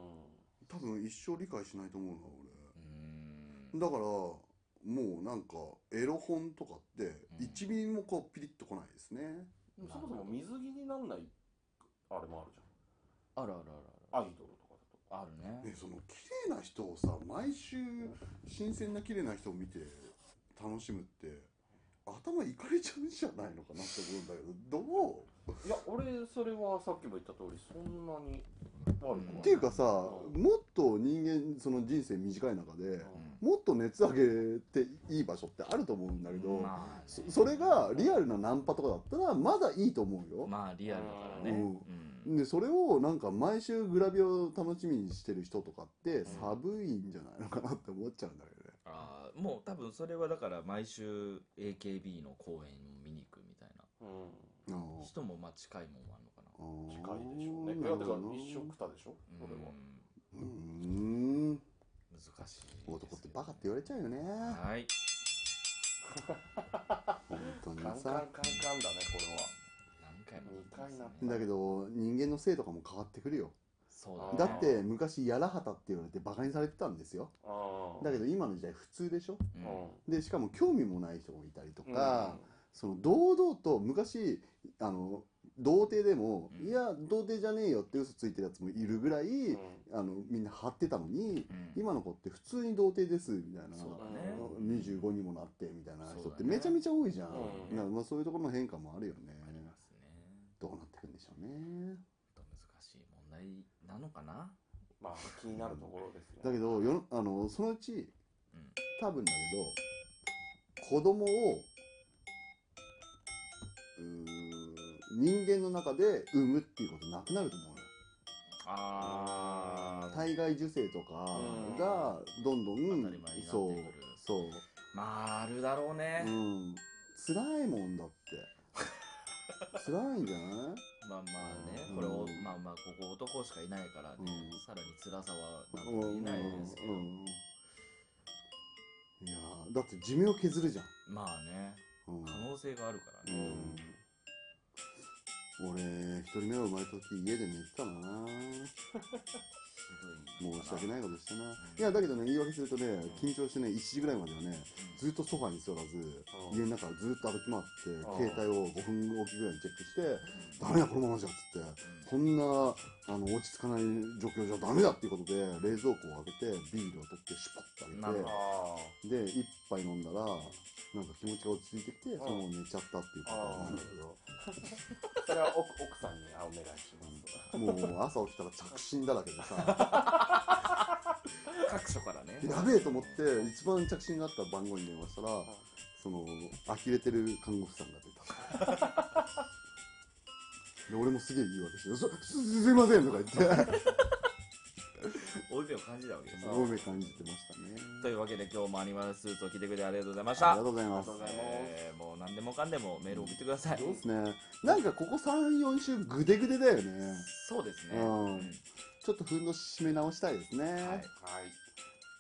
[SPEAKER 3] 多分一生理解しないと思うな
[SPEAKER 4] うーん
[SPEAKER 3] 俺だからもうなんかエロ本とかって
[SPEAKER 4] うん
[SPEAKER 3] 1ミリもこうピリッとこないですね、
[SPEAKER 5] んでもそもそも水着になんないあれもあるじ
[SPEAKER 4] あるあるある
[SPEAKER 5] ゃんアイドルとかだ
[SPEAKER 4] あるある
[SPEAKER 3] ね
[SPEAKER 4] ね、
[SPEAKER 3] その綺麗な人をさ毎週新鮮な綺麗な人を見て楽しむって頭いかれちゃうんじゃないのかなって思うんだけどどう
[SPEAKER 5] といや俺それはさっきも言った通りそんなに悪くはな
[SPEAKER 4] っ
[SPEAKER 3] っていうかさ
[SPEAKER 5] うん
[SPEAKER 3] もっと人間その人生短い中で
[SPEAKER 5] うん
[SPEAKER 3] もっと熱上げていい場所ってあると思うんだけど、
[SPEAKER 4] まあ
[SPEAKER 3] そそれがリアルなナンパとかだったらまだいいと思うよ、
[SPEAKER 4] まあリアルだからね
[SPEAKER 3] う
[SPEAKER 4] うんん
[SPEAKER 3] でそれをなんか毎週グラビアを楽しみにしてる人とかって寒いんじゃないのかなって思っちゃうんだけどね
[SPEAKER 4] あーもう多分それはだから毎週 AKB の公演を見に行くみたい
[SPEAKER 5] うん
[SPEAKER 3] あ
[SPEAKER 4] な
[SPEAKER 3] あ
[SPEAKER 4] 人もまあ近いもんはあるのかな
[SPEAKER 5] 近いでしょうねいやだから一緒くたでしょそれは
[SPEAKER 4] うん
[SPEAKER 3] うーん
[SPEAKER 4] 難しいですけどね
[SPEAKER 3] 男ってバカって言われちゃうよね
[SPEAKER 4] はい
[SPEAKER 3] 本当に
[SPEAKER 5] カンカン
[SPEAKER 3] さ
[SPEAKER 5] カンカンだねこれは
[SPEAKER 4] 何回も
[SPEAKER 5] 二回な
[SPEAKER 3] だけど人間の性とかも変わってくるよ
[SPEAKER 4] そう
[SPEAKER 5] あー
[SPEAKER 4] だ
[SPEAKER 3] だ
[SPEAKER 4] ね
[SPEAKER 3] って昔やらはたって言われてバカにされてたんですよ
[SPEAKER 5] あ
[SPEAKER 3] だけど今の時代普通でしょ
[SPEAKER 4] う
[SPEAKER 5] うんん
[SPEAKER 3] でしかも興味もない人もいたりとか、その堂々と昔あの童貞でも、
[SPEAKER 4] うん
[SPEAKER 3] いや童貞じゃねえよって嘘ついてるやつもいるぐらい、
[SPEAKER 5] うん
[SPEAKER 3] あのみんな張ってたのに、
[SPEAKER 4] うん
[SPEAKER 3] 今の子って普通に童貞ですみたいな、
[SPEAKER 4] そうだ
[SPEAKER 5] あ
[SPEAKER 4] ね
[SPEAKER 5] の
[SPEAKER 3] 25にもなってみたいな
[SPEAKER 4] そ
[SPEAKER 3] 人
[SPEAKER 4] う
[SPEAKER 3] っ
[SPEAKER 4] だ
[SPEAKER 3] て
[SPEAKER 4] ね
[SPEAKER 3] めちゃめちゃ多いじゃん、
[SPEAKER 5] うん
[SPEAKER 3] いやまあ、そういうところの変化もあるよね
[SPEAKER 4] ありますね
[SPEAKER 3] どうなってくんでしょうね
[SPEAKER 4] ちょっと難しい問題なのかな
[SPEAKER 5] まあ気になるところですね
[SPEAKER 3] だけどよあのそのうち
[SPEAKER 4] うん
[SPEAKER 3] 多分だけど子供をうーん人間の中で産むっていうことなくなると思うよ
[SPEAKER 4] あー
[SPEAKER 3] 体外受精とか
[SPEAKER 5] うん
[SPEAKER 3] がどんどん、
[SPEAKER 4] 当たり前になってくる
[SPEAKER 3] そうそう、
[SPEAKER 4] まああるだろうね
[SPEAKER 3] うん、辛いもんだって辛いんじゃない
[SPEAKER 4] まあまあね
[SPEAKER 3] うん
[SPEAKER 4] これをまあまあここ男しかいないからね
[SPEAKER 3] うん
[SPEAKER 4] さらに辛さはなんと
[SPEAKER 3] う
[SPEAKER 4] も
[SPEAKER 3] ん
[SPEAKER 4] 言えないですけど
[SPEAKER 3] うんうんいやーだって寿命削るじゃん、
[SPEAKER 4] まあね
[SPEAKER 3] うん
[SPEAKER 4] 可能性があるから
[SPEAKER 5] う
[SPEAKER 4] ね
[SPEAKER 5] ん
[SPEAKER 3] 俺一人目が生まれた時家で寝てたな
[SPEAKER 4] ひどい
[SPEAKER 3] 申し訳
[SPEAKER 4] い
[SPEAKER 3] ないことしたないやだけどね言い訳するとね緊張してね1時ぐらいまではねずっとソファに座らず
[SPEAKER 5] うん
[SPEAKER 3] 家の中ずっと歩き回っ
[SPEAKER 5] うん
[SPEAKER 3] て携帯を5分おきぐらいにチェックしてダメだこのままじゃっつってこんなあの落ち着かない状況じゃダメだっていうことで冷蔵庫を開けてビールを取ってシュパッ
[SPEAKER 4] なる
[SPEAKER 3] て
[SPEAKER 4] ほ
[SPEAKER 5] あ
[SPEAKER 3] 開けてで一杯飲んだらなんか気持ちが落ち着いてきてそのまま寝ちゃったっていうパターンなんだけど
[SPEAKER 5] あそれは奥奥さんにあお願いします
[SPEAKER 3] もう朝起きたら着信だらけでさ [laughs]
[SPEAKER 4] 各所からね
[SPEAKER 3] やべえと思って一番着信があった番号に電話したらその呆れてる看護婦さんが出た [laughs] [laughs] で俺もすげえ言い訳して「そすすいません」とか言って
[SPEAKER 4] 大勢を感じたわけです
[SPEAKER 3] す
[SPEAKER 4] よ
[SPEAKER 3] ごい感じてましたね
[SPEAKER 4] というわけで今日もアニマルスーツを着てくれてありがとうございまし
[SPEAKER 3] あ
[SPEAKER 4] た
[SPEAKER 3] りがとうございます
[SPEAKER 5] ありがとうございます
[SPEAKER 4] えーもう何でもかんでもメール送ってください
[SPEAKER 3] そうですねなんかここ34週グデグデだよね
[SPEAKER 4] そうですね、
[SPEAKER 3] うん
[SPEAKER 4] うん
[SPEAKER 3] ちょっとふんどし締め直したいですね、
[SPEAKER 4] はい、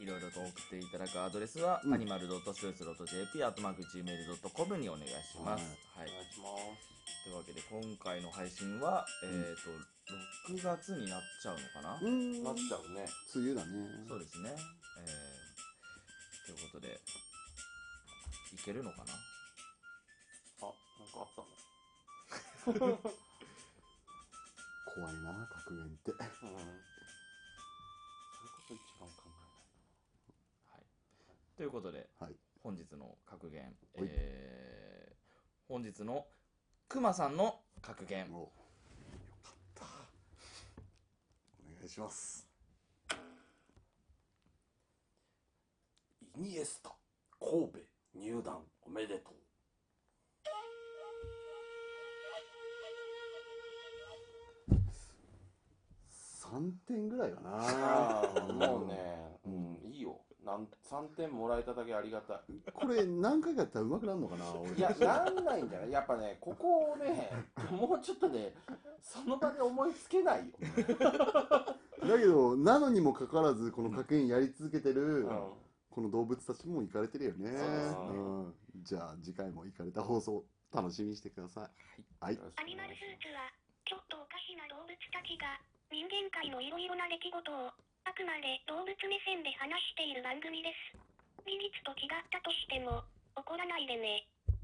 [SPEAKER 4] いろいろと送っていただくアドレスは、
[SPEAKER 3] うん
[SPEAKER 4] アニマルドットスーツドット JP アットマーク Gmail.com にお願いします、はい
[SPEAKER 5] お願いします
[SPEAKER 4] というわけで今回の配信は、えっ、と6月になっちゃうのかな、
[SPEAKER 3] うーん
[SPEAKER 5] なっ
[SPEAKER 3] 梅
[SPEAKER 5] ちゃうね
[SPEAKER 3] 雨だね
[SPEAKER 4] そうですね、えー、ということでいけるのかな
[SPEAKER 5] あなんかあったね
[SPEAKER 3] 怖いな格言って
[SPEAKER 5] うんそれこそ一番考
[SPEAKER 4] はい、ということで、
[SPEAKER 3] はい
[SPEAKER 4] 本日の格言、
[SPEAKER 3] ほい
[SPEAKER 4] えー本日のくまさんの格言
[SPEAKER 3] もうよかったお願いします
[SPEAKER 5] えないイニエスタ神戸入団おめでとう
[SPEAKER 3] 3点ぐらいか
[SPEAKER 5] あ
[SPEAKER 3] な
[SPEAKER 5] あもうねうんいいよなん3点もらえただけありがたい
[SPEAKER 3] これ何回かやったらうまくなるのかな俺
[SPEAKER 5] いや、なんないんじゃないやっぱね、ここを [laughs] ね、もうちょっとね、その場で思いつけないよ。
[SPEAKER 3] だけどなのにもかかわらずこの格言やり続けて
[SPEAKER 5] う
[SPEAKER 3] る、
[SPEAKER 5] ん。
[SPEAKER 3] この動物たちも行かれてるよね
[SPEAKER 5] そうですね
[SPEAKER 3] ん、じゃあ次回も行かれた放送楽しみにしてくださいはい、
[SPEAKER 5] よろしく
[SPEAKER 6] アニマルスーツは、ちょっとおかしな動物たちが、人間界のいろいろな出来事を、あくまで動物目線で話している番組です。事実と違ったとしても、怒らないでね。